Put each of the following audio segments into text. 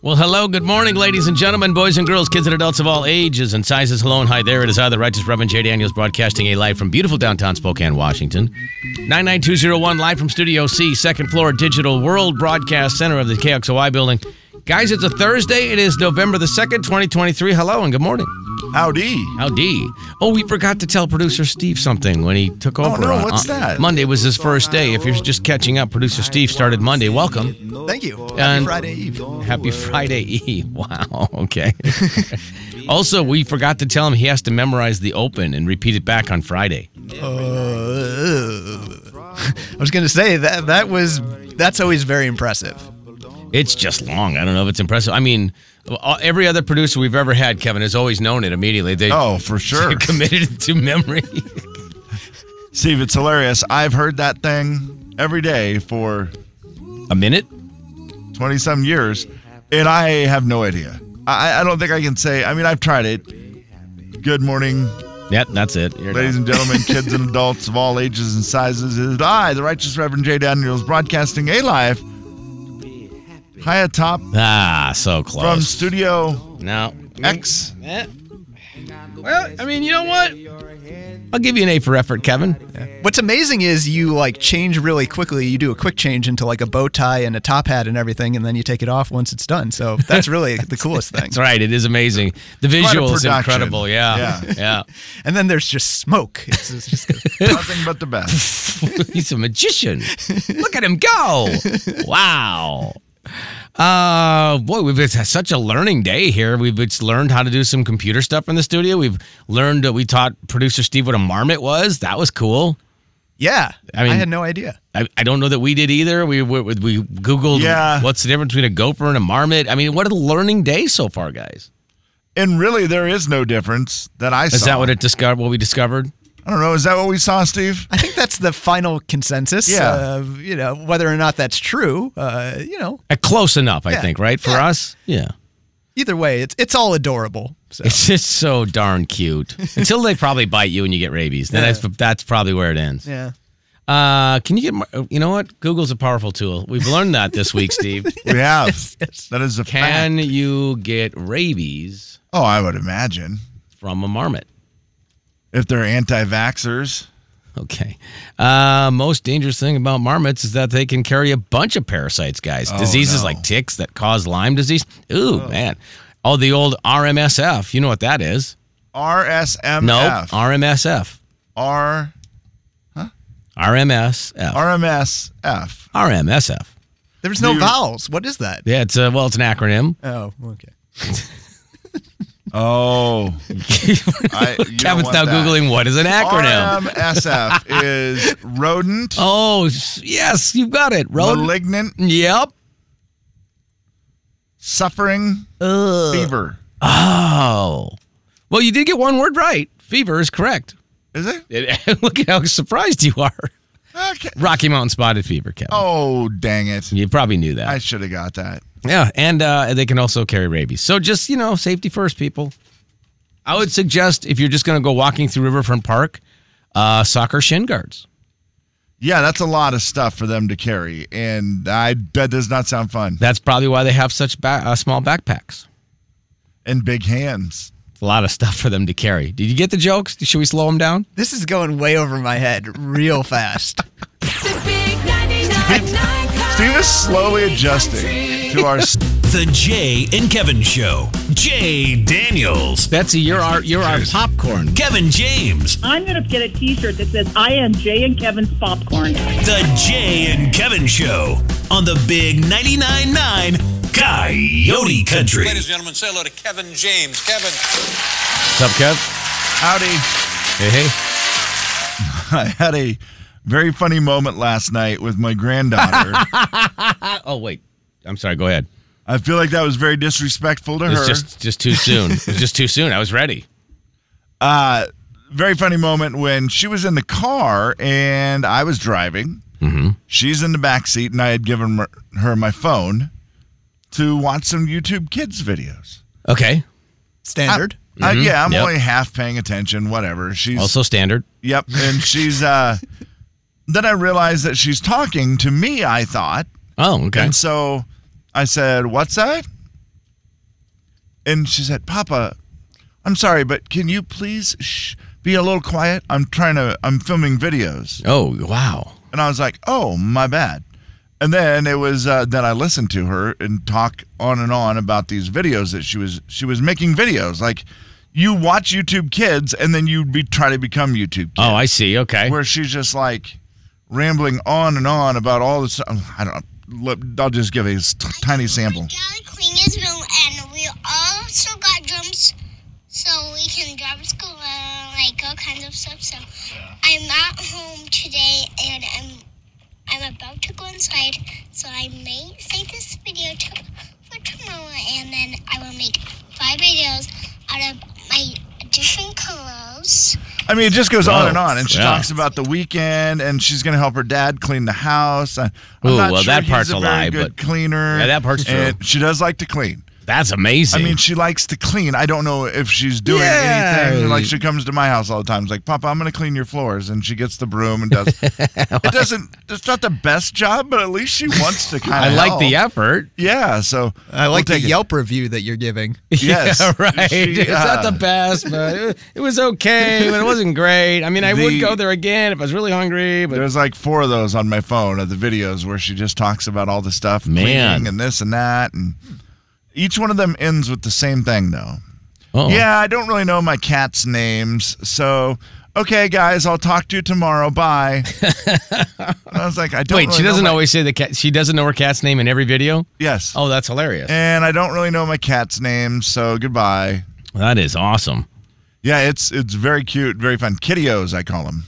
Well, hello, good morning, ladies and gentlemen, boys and girls, kids and adults of all ages and sizes. Hello and hi there. It is I, the Righteous Reverend Jay Daniels, broadcasting a live from beautiful downtown Spokane, Washington. 99201, live from Studio C, second floor, Digital World Broadcast Center of the KXOI building. Guys, it's a Thursday. It is November the 2nd, 2023. Hello and good morning. Howdy. Howdy. Oh, we forgot to tell producer Steve something when he took over. Oh, no, on- what's on- that? Monday was his first day. If you're just catching up, producer Steve started Monday. Welcome. Thank you. Happy And- Friday Eve. Happy Friday Eve. Wow. Okay. also, we forgot to tell him he has to memorize the open and repeat it back on Friday. Uh, I was gonna say that that was that's always very impressive. It's just long. I don't know if it's impressive. I mean, uh, every other producer we've ever had, Kevin, has always known it immediately. They, Oh, for they committed it to memory. Steve, it's hilarious. I've heard that thing every day for A minute? twenty some years, and I have no idea. I, I don't think I can say. I mean, I've tried it. Good morning, Yep, that's it. You're Ladies done. and gentlemen, kids and adults of all ages and sizes, it is I, the Righteous Reverend Jay Daniels, broadcasting a live high atop ah, so from close. Studio no. X. Eh. Well, I mean, you know what? I'll give you an A for effort, Kevin. What's amazing is you like change really quickly. You do a quick change into like a bow tie and a top hat and everything, and then you take it off once it's done. So that's really the coolest thing. That's right. It is amazing. The Quite a visual is production. incredible. Yeah. Yeah. Yeah. And then there's just smoke. It's, it's just Nothing but the best. He's a magician. Look at him go. Wow. Uh, boy, we've had such a learning day here. We've it's learned how to do some computer stuff in the studio. We've learned that we taught producer Steve what a marmot was. That was cool. yeah. I I, mean- had no idea. I, I don't know that we did either. We we, we googled Yeah. what's the difference between a gopher and a marmot. I mean, what a learning day so far, guys. And really, there is no difference that I saw. Is that what it discovered? What we discovered? I don't know. Is that what we saw, Steve? I think that's the final consensus. Yeah. Of, you know whether or not that's true. Uh, you know Uh, close enough, I think, right for us. Yeah. either way, it's it's all adorable. So It's just so darn cute. Until they probably bite you and you get rabies. Then that's, that's probably where it ends. yeah. Uh, can you get? mar- You know what? Google's a powerful tool. We've learned that this week, Steve. We have. That is a fact. Can you get rabies Oh, I would imagine. from a marmot? If they're anti vaxxers, Okay. Uh, most dangerous thing about marmots is that they can carry a bunch of parasites, guys. Diseases Oh, no. like ticks that cause Lyme disease. Ooh, man. Oh, the old RMSF. You know what that is? RSMF. No, RMSF. R- RMSF. RMSF. RMSF. There's no vowels. What is that? Yeah, it's a, well, it's an acronym. Oh, okay. Oh. I, you don't Kevin's want now that. googling what is an acronym. RMSF is rodent, Oh, s- yes, you got it. Rodent. malignant, yep. suffering, fever. Oh. Well, you did get one word right. Fever is correct. Is it? It- look at how surprised you are. Okay. Rocky Mountain spotted fever, Kevin. Oh, dang it. You probably knew that. I should have got that. yeah, and uh, they can also carry rabies. So just, you know, safety first, people. I would suggest if you're just going to go walking through Riverfront Park, uh, soccer shin guards. Yeah, that's a lot of stuff for them to carry, and I that does not sound fun. That's probably why they have such ba- uh, small backpacks. And big hands. It's a lot of stuff for them to carry. Did you get the jokes? Should we slow them down? This is going way over my head real fast. Steve is slowly adjusting to our. The Jay and Kevin Show. Jay Daniels. Betsy, you're our you're our popcorn. Kevin James. I'm going to get a T-shirt that says "I am Jay and Kevin's popcorn." The Jay and Kevin Show on the Big 99.9 9 Coyote Country. Ladies and gentlemen, say hello to Kevin James. Kevin. What's up, Kev? Howdy. Hey, hey. I had a very funny moment last night with my granddaughter. Uh, oh, wait. I'm sorry. Go ahead. I feel like that was very disrespectful to her. It's just just too soon. It's just too soon. I was ready. uh, very funny moment when she was in the car and I was driving. Mm-hmm. She's in the back seat, and I had given her- her my phone to watch some YouTube kids videos. Okay. Standard. Uh, yeah, I'm Mm-hmm. Yep. only half paying attention. Whatever. She's Also standard. Yep. And she's uh then I realized that she's talking to me, I thought. Oh, okay. And so I said, What's that? And she said, Papa, I'm sorry, but can you please shh, be a little quiet? I'm trying to, I'm filming videos. Oh, wow. And I was like, Oh, my bad. And then it was uh, that I listened to her and talk on and on about these videos that she was she was making videos like you watch YouTube kids and then you be try to become YouTube kids Oh, I see. Okay. where she's just like rambling on and on about all this. um, I don't. Let, I'll just give a s- tiny sample. Down Klinger's room, and we also got drums, so we can drum school and like all kinds of stuff. So I'm at home today, and I'm I'm about to go inside, so I may save this video to, for tomorrow, and then I will make five videos out of my different colors. I mean, it just goes Wow. on and on, and she Yeah. talks about the weekend, and she's going to help her dad clean the house. I, am Ooh, not well, sure that he's part's a, a very lie, good but- cleaner. Yeah, that part's true. and She does like to clean. That's amazing. I mean, she likes to clean. I don't know if she's doing Yeah. anything. Like she comes to my house all the time. She's like, "Papa, I'm going to clean your floors," and she gets the broom and does. it doesn't. It's not the best job, but at least she wants to kind I of. like the effort. Yeah, so I like we'll the take it. Yelp review that you're giving. Yes, Yeah, right. She, it's uh, not the best, but it, it was okay, but it wasn't great. I mean, I would The- go there again if I was really hungry, but There's like four of those on my phone of the videos where she just talks about all the stuff, Man. cleaning and this and that, and each one of them ends with the same thing though. Uh-oh. Yeah, I don't really know my cat's names, so okay, guys, I'll talk to you tomorrow. Bye. I was like, I don't. Wait, really she doesn't know my- always say the cat. She doesn't know her cat's name in every video. Yes. Oh, that's hilarious. And I don't really know my cat's name, so goodbye. That is awesome. Yeah, it's it's very cute, very fun. Kittyos, I call them.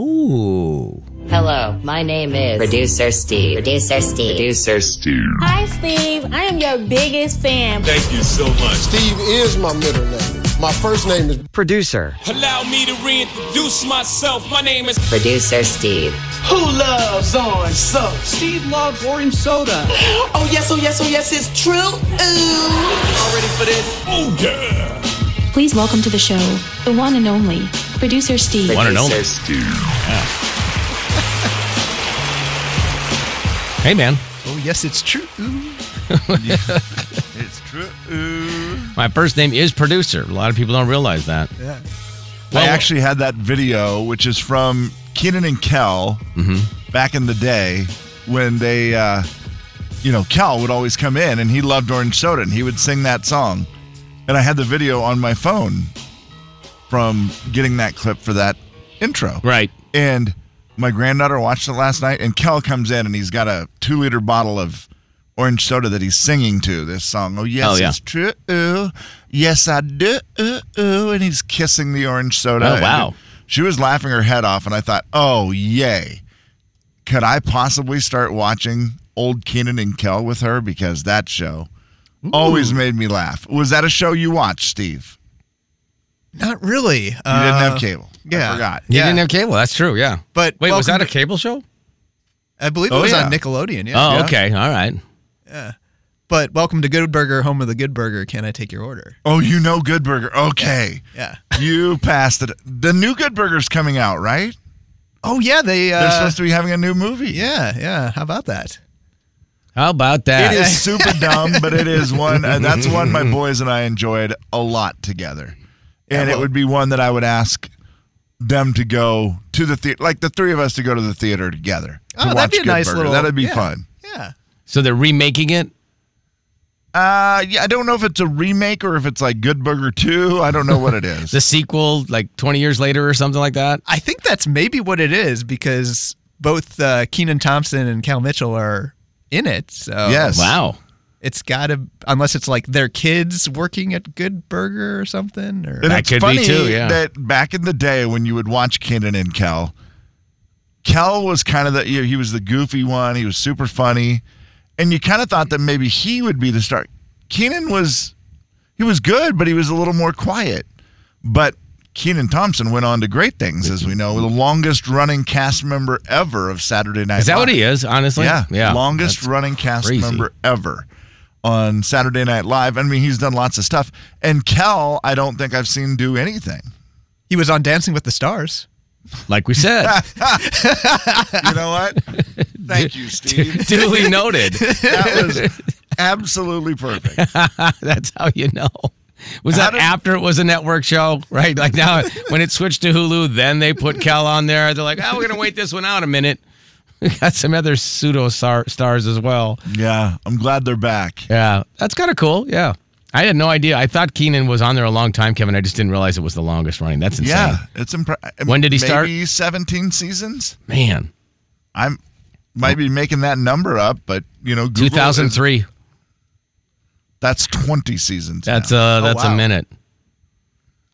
Ooh. Hello, my name is Producer Steve. Producer Steve. Producer Steve. Hi, Steve. I am your biggest fan. Thank you so much. Steve is my middle name. My first name is Producer. Allow me to reintroduce myself. My name is. Producer Steve. Who loves orange soda? Steve loves orange soda. oh yes, oh yes, oh yes, it's true. Ooh. All ready for this? Oh yeah. Please welcome to the show the one and only producer Steve. One and only. Producer Steve. Hey, man. Oh, yes, it's true. It's true. My first name is producer. A lot of people don't realize that. Yeah. I actually had that video, which is from Keenan and Kel back in the day when they, uh, you know, Kel would always come in and he loved orange soda and he would sing that song. And I had the video on my phone from getting that clip for that intro. Right. And my granddaughter watched it last night and Kel comes in and he's got a two liter bottle of orange soda that he's singing to this song. Oh, yes, Oh, yeah. it's true. Yes, I do. And he's kissing the orange soda. Oh, And wow. She was laughing her head off, and I thought, oh, yay. Could I possibly start watching old Keenan and Kel with her? Because that show always made me laugh. Was that a show you watched, Steve? Not really. You You didn't have cable. Uh, yeah. I forgot. You Yeah. didn't have cable. That's true. Yeah. But wait, was welcome that a cable show? I believe it Oh, was yeah. on Nickelodeon. Yeah. Oh, Yeah. okay. All right. But welcome to Good Burger, home of the Good Burger. Can I take your order? Oh, you know Good Burger. Okay. Yeah. you passed it. The new Good Burger's coming out, right? Oh yeah, they. Uh, They're supposed to be having a new movie. yeah, yeah. How about that? How about that? It is super dumb, but it is one. Uh, that's one my boys and I enjoyed a lot together, and it well- would be one that I would ask them to go to the theater, like the three of us to go to the theater together. to Oh, that'd watch be a Good nice Burger. little- That'd be yeah. fun. Yeah. So they're remaking it. Uh, yeah, I don't know if it's a remake or if it's like Good Burger Two. I don't know what it is. The sequel, like 20 years later or something like that. I think that's maybe what it is because both uh, Keenan Thompson and Cal Mitchell are in it. So Yes. Wow. It's got to, unless it's like their kids working at Good Burger or something. Or And it's funny That back in the day when you would watch Kenan and Kel, Kel was kind of the you know, he was the goofy one. He was super funny, and you kind of thought that maybe he would be the star. Keenan was he was good, but he was a little more quiet. But Keenan Thompson went on to great things, as we know, the longest running cast member ever of Saturday Night. Is that Live. what he is, honestly? Yeah, Yeah, longest that's running cast crazy. member ever on Saturday Night Live. I mean, he's done lots of stuff. And Kel, I don't think I've seen do anything. He was on Dancing with the Stars. Like we said. you know what? Thank you, Steve. duly noted. that was absolutely perfect. That's how you know. Was that after it was a network show, right? Like now, when it switched to Hulu, then they put Cal on there. They're like, "Oh, we're gonna wait this one out a minute." We got some other pseudo star- stars as well. Yeah, I'm glad they're back. Yeah, that's kind of cool. Yeah, I had no idea. I thought Keenan was on there a long time, Kevin. I just didn't realize it was the longest running. That's insane. Yeah, it's impressive. When did he start? Maybe 17 seasons. Man, I'm might be making that number up, but you know, Google is- 2003. That's 20 seasons. That's now. uh Oh, that's a wow. minute.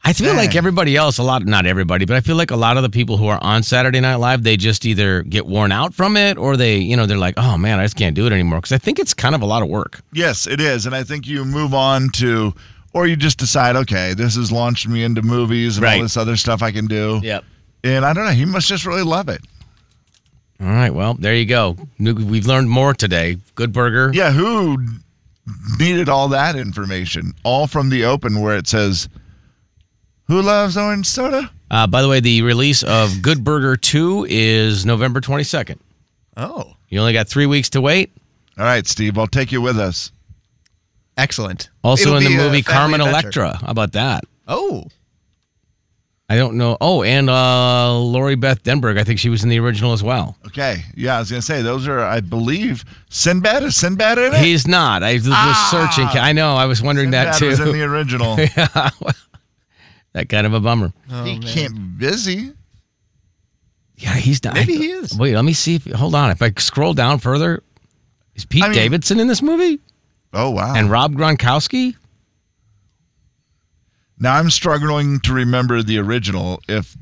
I feel like Dang. everybody else, a lot not everybody, but I feel like a lot of the people who are on Saturday Night Live, they just either get worn out from it or they, you know, they're like, "Oh man, I just can't do it anymore" cuz I think it's kind of a lot of work. Yes, it is, and I think you move on to, or you just decide, okay, this has launched me into movies and Right. all this other stuff I can do. Yep. And I don't know. He must just really love it. All right, well, there you go. New- We've learned more today. Good burger. Yeah, who needed all that information? All from the open where it says, Who loves orange soda? Uh, by the way, the release of Good Burger 2 is November 22nd. Oh. You only got 3 weeks to wait. All right, Steve, I'll take you with us. Excellent. Also It'll in the be a movie family Carmen adventure. Electra. How about that? Oh. I don't know. Oh, and uh, Lori Beth Denberg. I think she was in the original as well. Okay. Yeah, I was going to say, those are, I believe, Sinbad. Is Sinbad in it? He's not. I was searching. I know. I was wondering that Sinbad too. Ah. was in the original. yeah. That kind of a bummer. Oh, he can't be busy. Yeah, he's not. Maybe he is. Wait, let me see. If, hold on. If I scroll down further, is Pete I mean- Davidson in this movie? Oh, wow. And Rob Gronkowski? Now I'm struggling to remember the original. If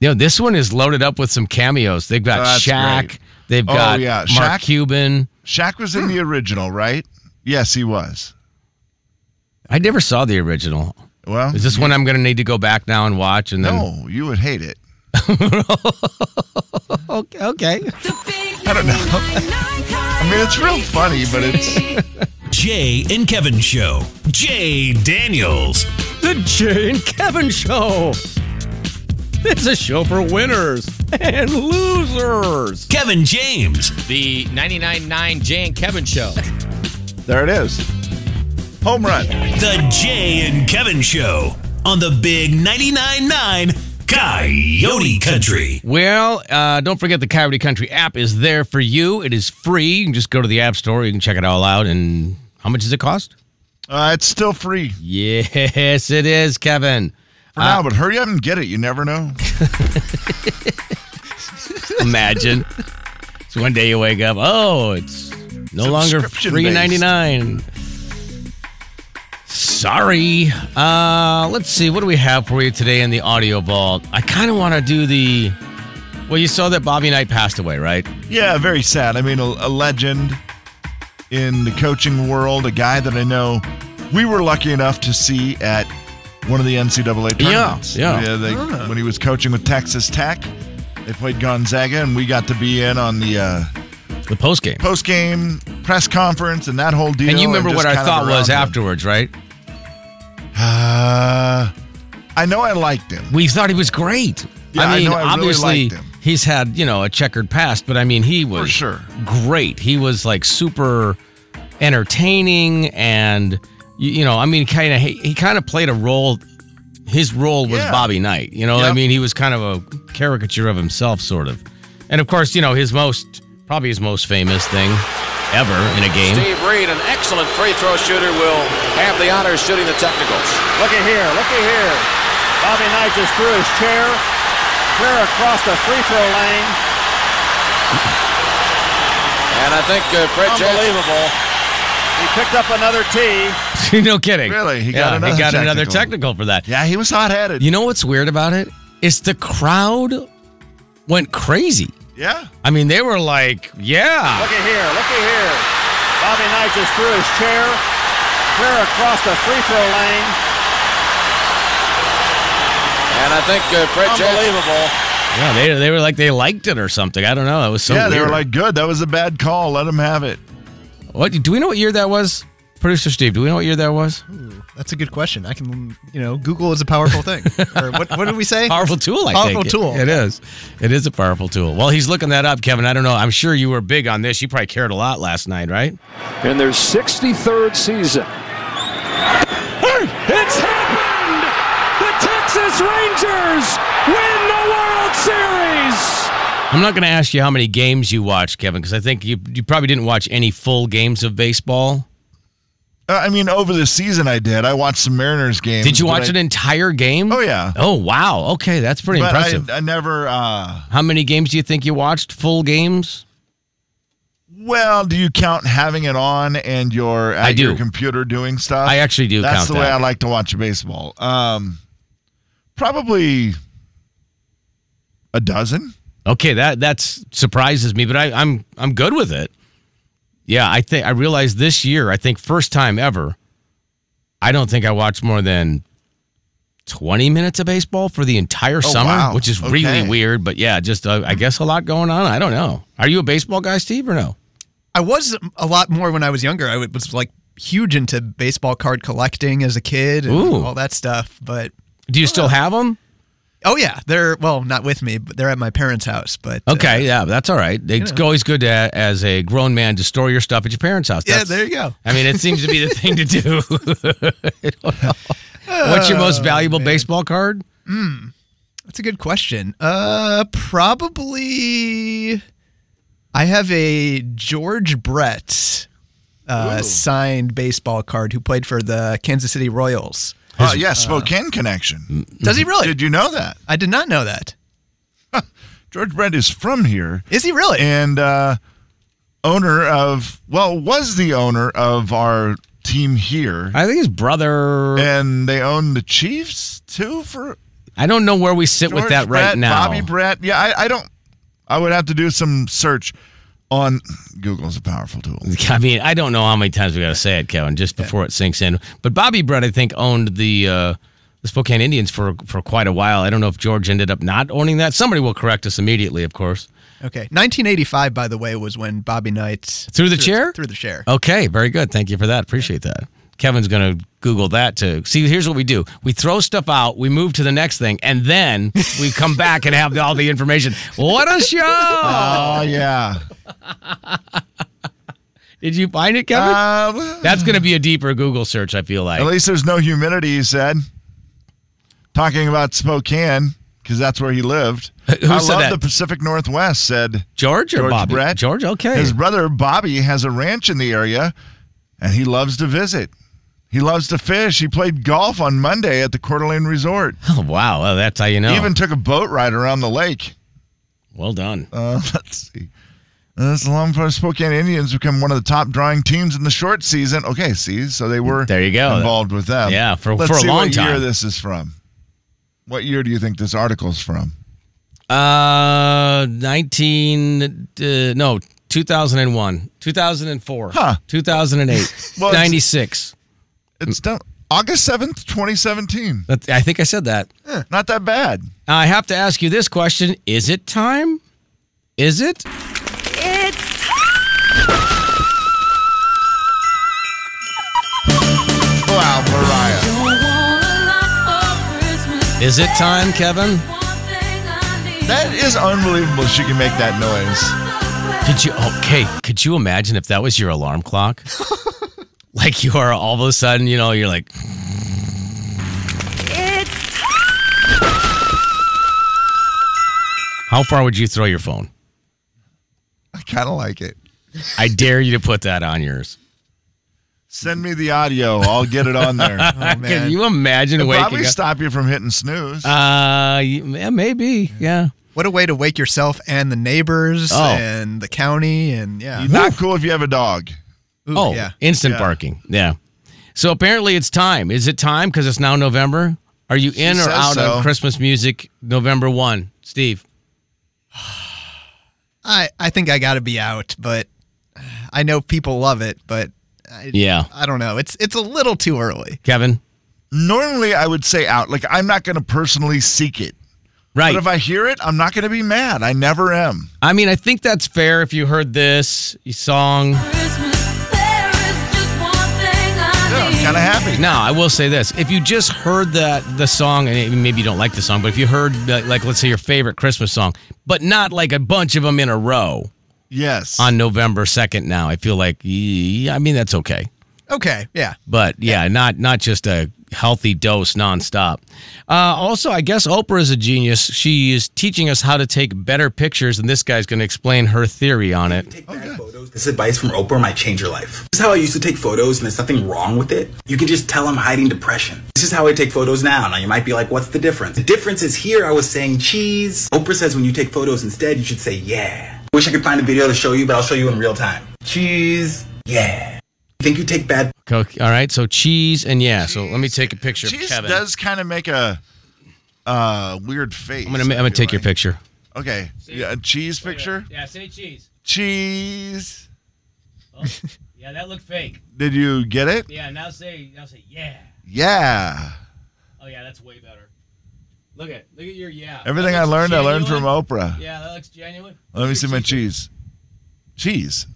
You know, this one is loaded up with some cameos. They've got Oh, that's Shaq. great. They've Oh, got yeah. Shaq- Mark Cuban. Shaq was in the Hmm. original, right? Yes, he was. I never saw the original. Well, Is this one I'm going to need to go back now and watch? And then no, you would hate it. okay, okay. I don't know. I mean, it's real funny, but it's Jay and Kevin Show. Jay Daniels. The Jay and Kevin Show. It's a show for winners and losers. Kevin James. The 99.9 Jay and Kevin Show. there it is. Home run. The Jay and Kevin Show on the Big 99.9 Coyote Country. Well, uh, don't forget the Coyote Country app is there for you. It is free. You can just go to the App Store. You can check it all out. And how much does it cost? Uh, it's still free Yes, it is, Kevin. for now, but hurry up and get it. You never know. Imagine. so one day you wake up, oh, it's no longer Subscription-based. free ninety nine. Sorry. Uh let's see, what do we have for you today in the audio vault? I kinda wanna do the Well, you saw that Bobby Knight passed away, right? Yeah, very sad. I mean, a, a legend in the coaching world, a guy that I know we were lucky enough to see at one of the NCAA Yeah, tournaments. yeah. they, Ah. When he was coaching with Texas Tech, they played Gonzaga, and we got to be in on the uh, The postgame. post game press conference and that whole deal. And you remember just what our kind of thought was around afterwards, right? him. Uh, I know I liked him. We thought he was great. Yeah, I I mean, know I really obviously liked him. he's had, you know, a checkered past, but I mean he was sure. great. He was like super entertaining and y- you know, I mean kind of he, he kind of played a role his role was Yeah. Bobby Knight. You know, I Yep. mean he was kind of a caricature of himself sort of. And of course, you know, his most probably his most famous thing ever in a game. Steve Reed, an excellent free throw shooter, will have the honor of shooting the technicals. Look at here, look at here. Bobby Knight just threw his chair clear across the free throw lane. And I think uh, Fred Chan- Unbelievable. He picked up another tee. no kidding. Really? He He got, got he another got another technical. technical for that. Yeah, he was hot headed. You know what's weird about it? It's the crowd went crazy. Yeah. I mean, they were like, yeah. Look at here. Look at here. Bobby Knight just threw his chair. Clear across the free throw lane. And I think uh, Fred Unbelievable. Yeah, they, they were like, they liked it or something. I don't know. That was so yeah, they were weird. like, good. That was a bad call. Let him have it. what, do we know what year that was? Producer Steve, do we know what year that was? That's a good question. I can, you know, Google is a powerful thing. or what, what did we say? Powerful tool, I Powerful think. tool. It is. It is a powerful tool. Well, he's looking that up, Kevin. I don't know. I'm sure you were big on this. You probably cared a lot last night, right? in their 63rd season. It's happened! The Texas Rangers win the World Series! I'm not going to ask you how many games you watched, Kevin, because I think you, you probably didn't watch any full games of baseball. Uh, I mean, over the season, I did. I watched some Mariners games. Did you but watch I- an entire game? Oh, yeah. Oh, wow. Okay, that's pretty but impressive. I, I never. Uh, how many games do you think you watched? Full games? well, do you count having it on and your at I do. your computer doing stuff? I actually do That's count the that. way I like to watch baseball. Um, probably a dozen. Okay, that that's surprises me, but I, I'm I'm good with it. Yeah, I think I realized this year. I think first time ever. I don't think I watched more than twenty minutes of baseball for the entire summer, Oh, wow. which is Okay. Mm-hmm. really weird. But yeah, just uh, I guess a lot going on. I don't know. Are you a baseball guy, Steve, or no? I was a lot more when I was younger. I was like huge into baseball card collecting as a kid and Ooh. all that stuff. But Do you still have them? oh yeah, they're well not with me, but they're at my parents' house. But uh, Okay, yeah, that's all right. It's know. always good to, as a grown man to store your stuff at your parents' house. yeah, That's- there you go. I mean, it seems to be the thing to do. I don't know. Oh, What's your most valuable baseball card? Hmm. That's a good question. Uh, probably. I have a George Brett uh, signed baseball card who played for the Kansas City Royals. Uh, yeah, Spokane connection. Does he really? Mm-hmm. Did you know that? I did not know that. George Brett is from here. Is he really? And uh, owner of, well, was the owner of our team here. I think his brother. And they own the Chiefs too for I don't know where we sit with George that right Brett, now. Bobby Brett. Yeah, I, I don't. I would have to do some search on Google's a powerful tool. I mean, I don't know how many times we got to say it, Kevin, just before it sinks in. But Bobby Brett, I think, owned the uh, the Spokane Indians for for quite a while. I don't know if George ended up not owning that. Somebody will correct us immediately, of course. Okay, 1985, by the way, was when Bobby Knight Through the chair? Through the chair. Okay, very good. Thank you for that. Appreciate that. Kevin's going to Google that too. See, here's what we do: we throw stuff out, we move to the next thing, and then we come back and have all the information. What a show! Oh yeah. Did you find it, Kevin? Um, That's going to be a deeper Google search. I feel like. At least there's no humidity, he said. Talking about Spokane, because that's where he lived. Who I said love that? the Pacific Northwest, said George or Bobby? Brett. George, okay. His brother Bobby has a ranch in the area, and he loves to visit. He loves to fish. He played golf on Monday at the Coeur d'Alene Resort. Oh wow, well, that's how you know. He even took a boat ride around the lake. well done. Uh, let's see. Uh, This Longford Spokane Indians become one of the top drawing teams in the short season. Okay, see, so they were There you go. involved with them. Yeah, for- Let's for a see long what year time. this is from. What year do you think this article's from? Uh, nineteen. Uh, no, two thousand and one, two thousand and four, Huh. two thousand and eight, Well, it's- ninety six. It's Mm. done August seventh, twenty seventeen. I think I said that. Not that bad. I have to ask you this question: Is it time? Is it? It's Wow, Mariah. Is it time, Kevin? That is unbelievable. She can make that noise. Could you? Okay. Could you imagine if that was your alarm clock? like you are all of a sudden, you know, you're like, it's how far would you throw your phone? I kind of like it. I dare you to put that on yours. Send me the audio. I'll get it on there. Can you imagine It'll waking Oh, probably up? stop you from hitting snooze. Uh, yeah, maybe. Yeah. What a way to wake yourself and the neighbors Oh. Uh, and the county and yeah. Not cool if you have a dog. Ooh, oh, yeah. instant parking. Yeah. So apparently it's time. Is it time? Because it's now November. Are you in says or out so. of Christmas music November 1? Steve. I, I think I got to be out, but I know people love it, but I, Yeah. I don't know. It's it's a little too early. Kevin? Normally, I would say out. Like, I'm not going to personally seek it. Right. But if I hear it, I'm not going to be mad. I never am. I mean, I think that's fair if you heard this song. kind of happy. Now, I will say this. If you just heard that the song, and maybe you don't like the song, but if you heard, uh, like, let's say your favorite Christmas song, but not like a bunch of them in a row Yes. on November 2nd now, I feel like, yeah, I mean, that's okay. Okay, yeah. But yeah, not not just a healthy dose nonstop. Uh, also, I guess Oprah is a genius. She is teaching us how to take better pictures, and this guy's going to explain her theory on it. This advice from Oprah might change your life. This is how I used to take photos, and there's nothing wrong with it. You can just tell I'm hiding depression. This is how I take photos now. Now, you might be like, what's the difference? The difference is here I was saying cheese. Oprah says when you take photos instead, you should say yeah. Wish I could find a video to show you, but I'll show you in real time. Cheese, yeah. You think you take bad Okay, all right, so cheese and yeah. So let me take a picture Cheese of Kevin. does kind of make a uh, weird face. I'm gonna I'm gonna take your picture. Okay. Yeah, a cheese picture? Yeah, say cheese. Cheese. Yeah, that looked fake. Did you get it? Yeah, now say now say yeah. Yeah. Oh yeah, that's way better. Look at look at your yeah. Everything I learned, I learned from Oprah. Yeah, that looks genuine. Let me see my cheese. Cheese.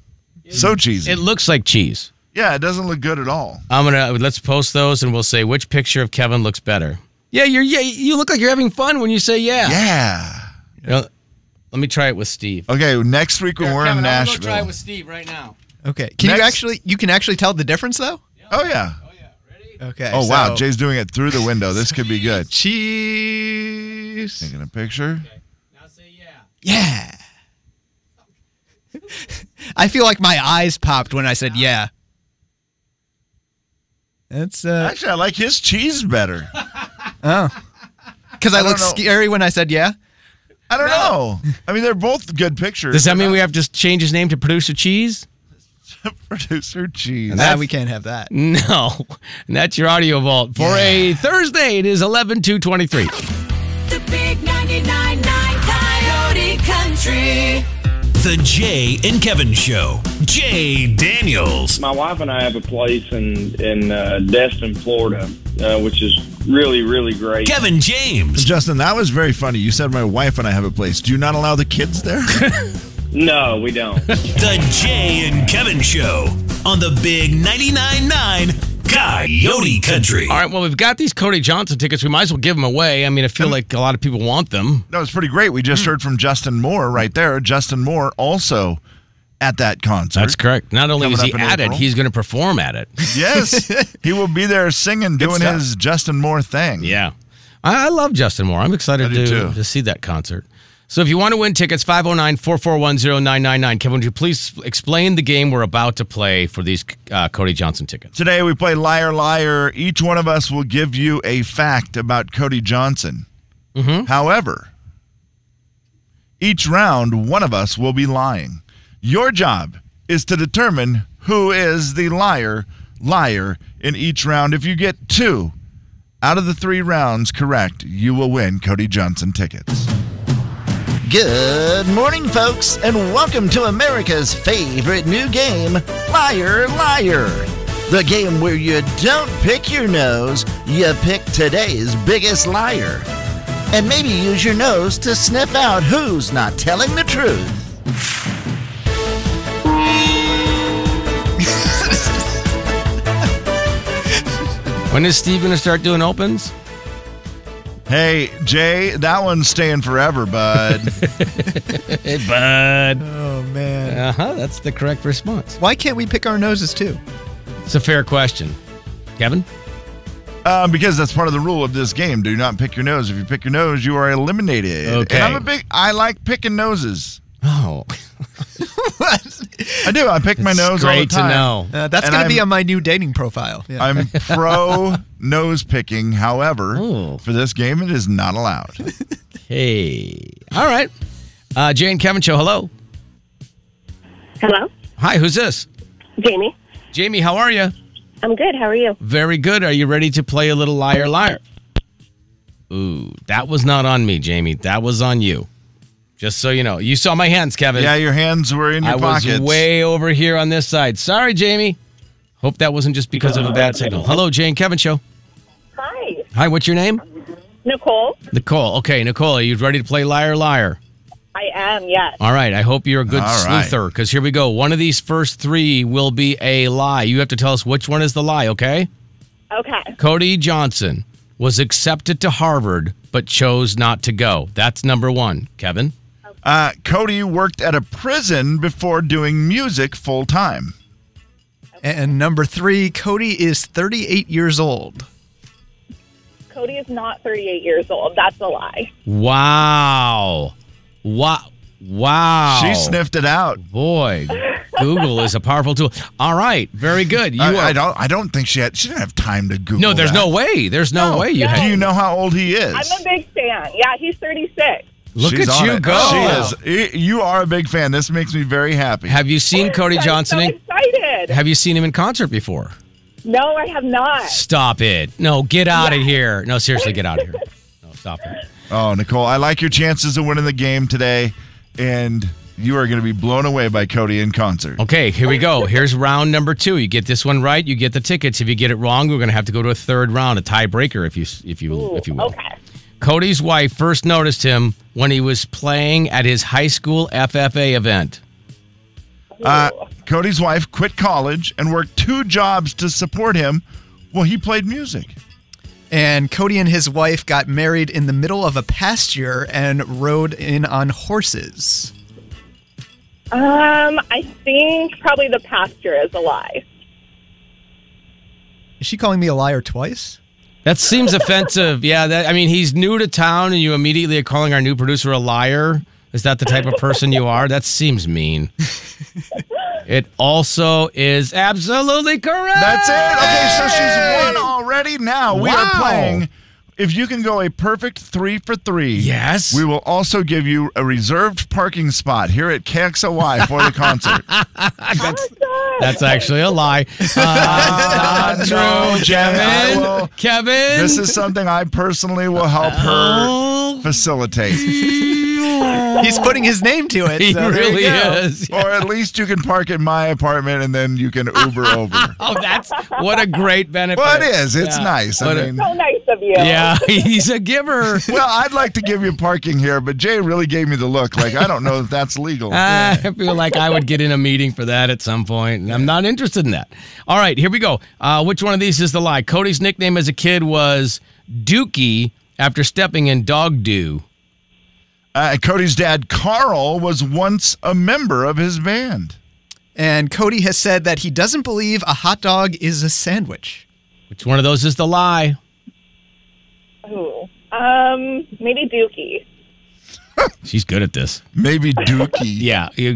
So cheesy. It looks like cheese. Yeah, it doesn't look good at all. I'm gonna let's post those and we'll say which picture of Kevin looks better. Yeah, you're yeah. You look like you're having fun when you say yeah. Yeah. You know, let me try it with Steve. Okay, next week when we're in Nashville. with Steve right now. Okay. Can you Next- actually you can actually tell the difference though? Oh yeah. Okay. Oh wow, so- Jay's doing it through the window. This could be good. Cheese. Taking a picture. Yeah. I feel like my eyes popped when I said yeah. That's uh Actually, I like his cheese better. oh. Cuz I, I don't looked know. scary when I said yeah. I don't know. I mean, they're both good pictures. Does that mean we have to change his name to producer cheese? producer cheese? Nah, we can't have that. No, and that's your audio vault for a Thursday. It is eleven two twenty three. The big 99.9 Coyote Country. The Jay and Kevin Show. Jay Daniels. My wife and I have a place in in uh, Destin, Florida, uh, which is really really great. Kevin James. Justin, that was very funny. You said my wife and I have a place. Do you not allow the kids there? No, we don't. The Jay and Kevin Show on the Big 99.9 Coyote Country. All right. Well, we've got these Cody Johnson tickets. We might as well give them away. I mean, I feel like a lot of people want them. That was pretty great. We just heard from Justin Moore right there. Justin Moore also at that concert. That's correct. Not only Coming is he up in at it, April. he's going to perform at it. yes, he will be there singing, doing stuff. his Justin Moore thing. Yeah. I, I love Justin Moore. I'm excited I do to, too. to see that concert. So if you want to win tickets, 509 441 0999. Kevin, would you please explain the game we're about to play for these uh, Cody Johnson tickets? Today we play Liar Liar. Each one of us will give you a fact about Cody Johnson. However, each round one of us will be lying. Your job is to determine who is the liar, liar in each round. If you get two out of the three rounds correct, you will win Cody Johnson tickets. Good morning, folks, and welcome to America's favorite new game, Liar Liar. The game where you don't pick your nose, you pick today's biggest liar. And maybe use your nose to sniff out who's not telling the truth. When is Steve going to start doing opens? Hey, Jay, that one's staying forever, bud. hey, bud. Oh man. Uh huh. That's the correct response. Why can't we pick our noses too? It's a fair question. Kevin? Uh, because that's part of the rule of this game. Do not pick your nose. If you pick your nose, you are eliminated. Okay. And I'm a big. I like picking noses. Oh. I do. I pick my It's nose all the great to time. know. Uh, that's And going to be I'm- on my new dating profile. Yeah. I'm pro nose picking. However, for this game, it is not allowed. Hey. All right. Uh, Jay and Kevin Show, hello. Hello, Hi, who's this? Jamie. Jamie, how are you? I'm good. How are you? Very good. Are you ready to play a little liar, liar? Ooh, that was not on me, Jamie. That was on you. Just so you know, you saw my hands, Kevin. Yeah, your hands were in your I pockets. was way over here on this side. Sorry, Jamie. Hope that wasn't just because of a bad signal. Hello, Jane Kevin Show. Hi. Hi, what's your name? Nicole. Nicole. Okay, Nicole, are you ready to play liar, liar? I am, yes. All right. I hope you're a good All right. sleuther because here we go. One of these first three will be a lie. You have to tell us which one is the lie, okay? Okay. Cody Johnson was accepted to Harvard but chose not to go. That's number one, Kevin. Uh, Cody worked at a prison before doing music full time. And number three, Cody is 38 years old. Cody is not 38 years old. That's a lie. Wow. Wow. Wow. She sniffed it out. Boy, Google is a powerful tool. All right. Very good. You I, are- I don't. I don't think she had. She didn't have time to Google. No, there's that. no way. There's no, way you Do had. you know how old he is? I'm a big fan. Yeah, he's 36. Look She's at on you it. go. Oh. She is. y- You are a big fan. This makes me very happy. Have you seen Cody I'm Johnson? eh? so in- excited. have you seen him in concert before? No, I have not. Stop it. No, get out of here. No, seriously, get out of here. No, stop it. Oh, Nicole, I like your chances of winning the game today, and you are going to be blown away by Cody in concert. Okay, here we go. Here's round number two. You get this one right, you get the tickets. If you get it wrong, we're going to have to go to a third round, a tiebreaker, if you if you if you will. Okay. Cody's wife first noticed him when he was playing at his high school FFA event. Oh. Uh, Cody's wife quit college and worked two jobs to support him while he played music. And Cody and his wife got married in the middle of a pasture and rode in on horses. Um, I think probably the pasture is a lie. Is she calling me a liar twice? That seems offensive. Yeah, that I mean, he's new to town and you immediately are calling our new producer a liar. Is that the type of person you are? That seems mean. it also is absolutely correct. That's it. Okay, so she's won already. Now we are Wow. playing. If you can go a perfect three for three, Yes. we will also give you a reserved parking spot here at KXOY for the concert. That's actually a lie. Uh, not No, true, Jen, I Kevin. will- Kevin. This is something I personally will help Oh. her facilitate. He's putting his name to it. He so there you really go. is. Or at least you can park in my apartment and then you can Uber over. Oh, that's what a great benefit. Well, it is. It's Yeah. nice. What I a- mean, So nice of you. yeah, he's a giver. well, I'd like to give you parking here, but Jay really gave me the look. Like, I don't know if that's legal. Uh, Ah, I feel like I would get in a meeting for that at some point, and I'm not interested in that. All right, here we go. Uh, which one of these is the lie? Cody's nickname as a kid was Dookie after stepping in dog do. Uh, Cody's dad, Carl, was once a member of his band. And Cody has said that he doesn't believe a hot dog is a sandwich. Which one of those is the lie? Ooh. Um, maybe Dookie. She's good at this. Maybe Dookie. Yeah, you,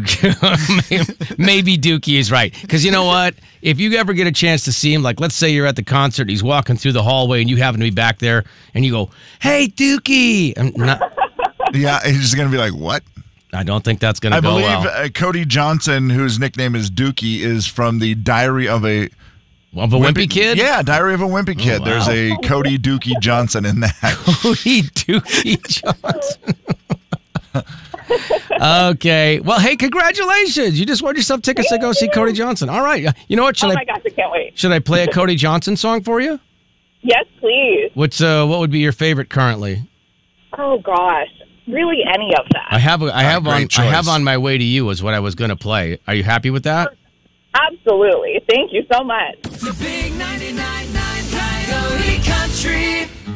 maybe Dookie is right. Because you know what? If you ever get a chance to see him, like let's say you're at the concert, he's walking through the hallway, and you happen to be back there, and you go, "Hey, Dookie!" I'm not, Yeah, he's just going to be like, what? I don't think that's going I to go believe well. uh, Cody Johnson, whose nickname is Dookie, is from the Diary of a Of a wimpy, kid? uh, Oh, Yeah, Diary of a Wimpy Kid. wow. There's a Cody Dookie Johnson in that. Cody Dookie Johnson. okay. Well, hey, congratulations! You just won yourself tickets to go see Cody Johnson. All right. uh, You know what? Should oh I my gosh, I can't wait. should I play a Cody Johnson song for you? Yes, please. What's uh, what would be your favorite currently? Oh gosh, really any of I that? have a, I have on great I have choice. on my way to you is what I was going to play. Are you happy with that? Absolutely. Thank you so much. The big 99.9 Coyote Country.